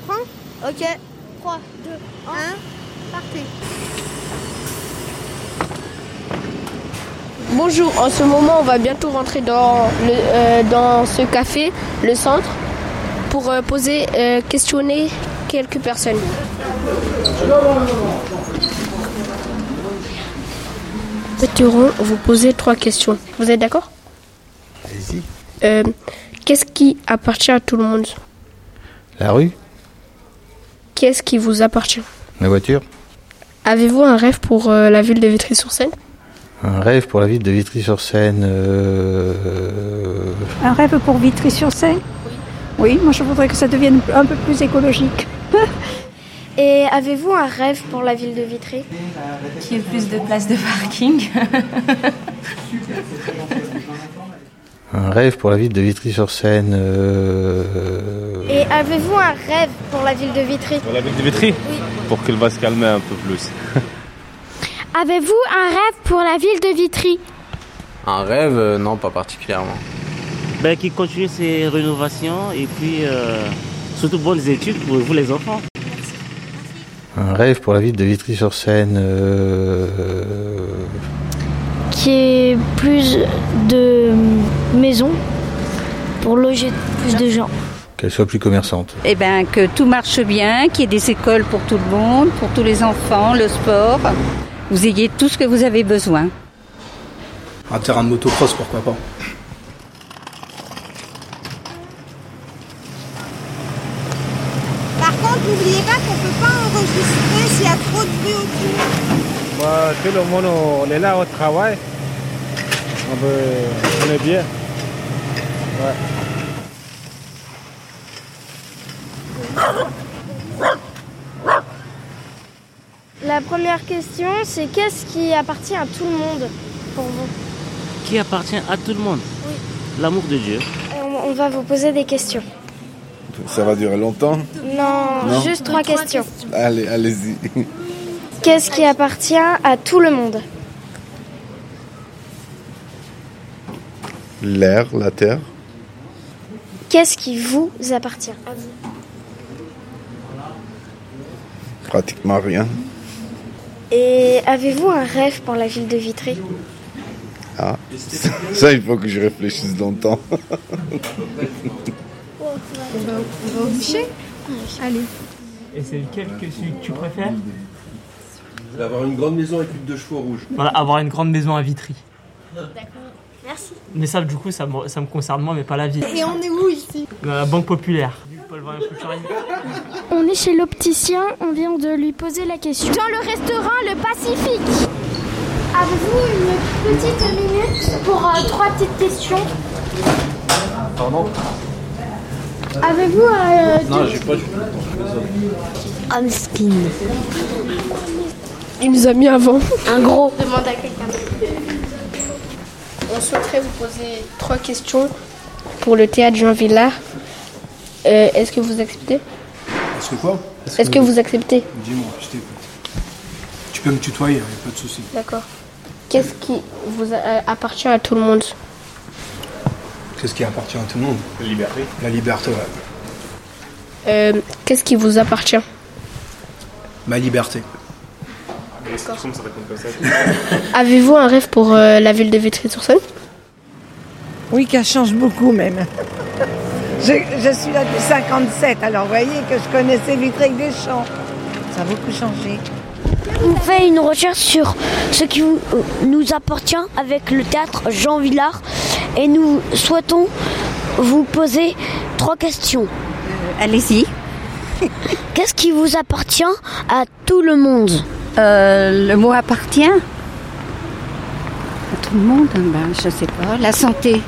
Ok. Hein 3, 2, 1. Partez. Bonjour, en ce moment on va bientôt rentrer dans, le, euh, dans ce café, le centre, pour euh, poser, euh, questionner quelques personnes. Souhaiterons vous poser trois questions. Vous êtes d'accord Allez-y. Euh, Qu'est-ce qui appartient à tout le monde La rue Qu'est-ce qui vous appartient La voiture Avez-vous un rêve pour euh, la ville de Vitry-sur-Seine Un rêve pour la ville de Vitry-sur-Seine euh, Un rêve pour Vitry-sur-Seine Oui, moi je voudrais que ça devienne un peu plus écologique. Et avez-vous un rêve pour la ville de Vitry Qu'il y ait plus de places de parking. Un rêve pour la ville de Vitry-sur-Seine euh, Et avez-vous un rêve pour la ville de Vitry Pour la ville de Vitry Pour qu'elle va se calmer un peu plus. Avez-vous un rêve pour la ville de Vitry Un rêve, euh, non, pas particulièrement. ben, qui continue ses rénovations et puis euh, surtout bonnes études pour vous les enfants. Un rêve pour la ville de Vitry-sur-Seine euh, Qui est plus de hum, maisons pour loger plus de gens. Qu'elle soit plus commerçante. Eh bien, que tout marche bien, qu'il y ait des écoles pour tout le monde, pour tous les enfants, le sport. Vous ayez tout ce que vous avez besoin. Un terrain de motocross, pourquoi pas Par contre, n'oubliez pas qu'on peut pas enregistrer s'il y a trop de bruit autour. Bah, tout le monde, on est là, on travaille. On, veut- on est bien. La première question, c'est qu'est-ce qui appartient à tout le monde pour vous Qui appartient à tout le monde L'amour de Dieu. On va vous poser des questions. Ça va durer longtemps Non, juste trois, questions. Allez, allez-y. Qu'est-ce qui appartient à tout le monde L'air, la terre, Qu'est-ce qui vous appartient à vous pratiquement rien. Et avez-vous un rêve pour la ville de Vitry Ça, il faut que je réfléchisse longtemps. Et c'est lequel que tu préfères D'avoir une grande maison avec une deux chevaux rouges. Voilà, avoir une grande maison à Vitry. Merci. Mais ça, du coup, ça me, concerne moi, mais pas la ville. Et on est où ici La Banque Populaire. On est chez l'opticien, on vient de lui poser la question. Dans le restaurant Le Pacifique. Avez-vous une petite minute pour euh, trois petites questions Pardon Avez-vous euh, Il nous a mis avant. un gros Demande à quelqu'un. On souhaiterait vous poser trois questions pour le théâtre Jean Villard. Euh, Est-ce que vous acceptez Est-ce que quoi Est-ce que vous acceptez Dis-moi, je t'écoute. Tu peux me tutoyer, hein, y a pas de souci. D'accord. Qu'est-ce qui vous a- euh, appartient à tout le monde Qu'est-ce qui appartient à tout le monde Liberté. La liberté, ouais. Euh, Qu'est-ce qui vous appartient Ma liberté. Avez-vous un rêve pour euh, la ville de Vitry-sur-Seine Oui, qu'elle change beaucoup même. Je, suis là depuis 57, alors vous voyez que je connaissais Vitry des champs. Ça a beaucoup changé. On fait une recherche sur ce qui nous- nous appartient avec le théâtre Jean Villard et nous souhaitons vous poser trois questions. Allez-y. Qu'est-ce qui vous appartient à tout le monde Euh, le mot appartient à tout le monde, ben, je sais pas. La santé,